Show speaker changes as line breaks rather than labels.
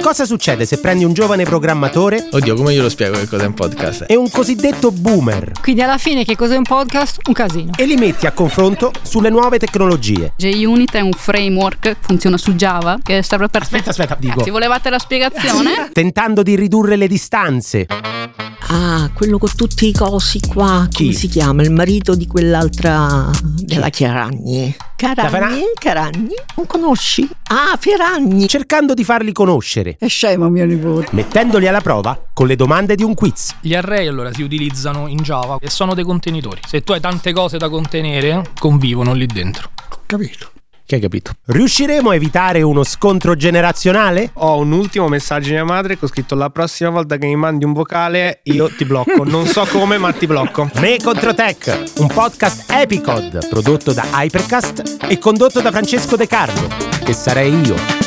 cosa succede se prendi un giovane programmatore
Oddio, come glielo spiego che cos'è un podcast?
e un cosiddetto boomer
Quindi alla fine che cos'è un podcast? Un casino.
e li metti a confronto sulle nuove tecnologie?
JUnit è un framework, funziona su Java, che serve per...
Aspetta, aspetta, dico.
Cazzi, volevate la spiegazione?
Tentando di ridurre le distanze.
Ah, quello con tutti i cosi qua.
Chi?
Come si chiama? Il marito di quell'altra. della Chiaragni. Caragni?
La Fera-
Caragni? Non conosci? Ah, Feragni.
Cercando di farli conoscere.
È scemo mio nipote.
Mettendoli alla prova con le domande di un quiz.
Gli array allora si utilizzano in Java e sono dei contenitori. Se tu hai tante cose da contenere, convivono lì dentro.
Capito?
Che hai capito?
Riusciremo a evitare uno scontro generazionale?
Ho un ultimo messaggio di mia madre che ho scritto la prossima volta che mi mandi un vocale io ti blocco. Non so come ma ti blocco.
Me contro Tech, un podcast Epicod prodotto da Hypercast e condotto da Francesco De Carlo, che sarei io.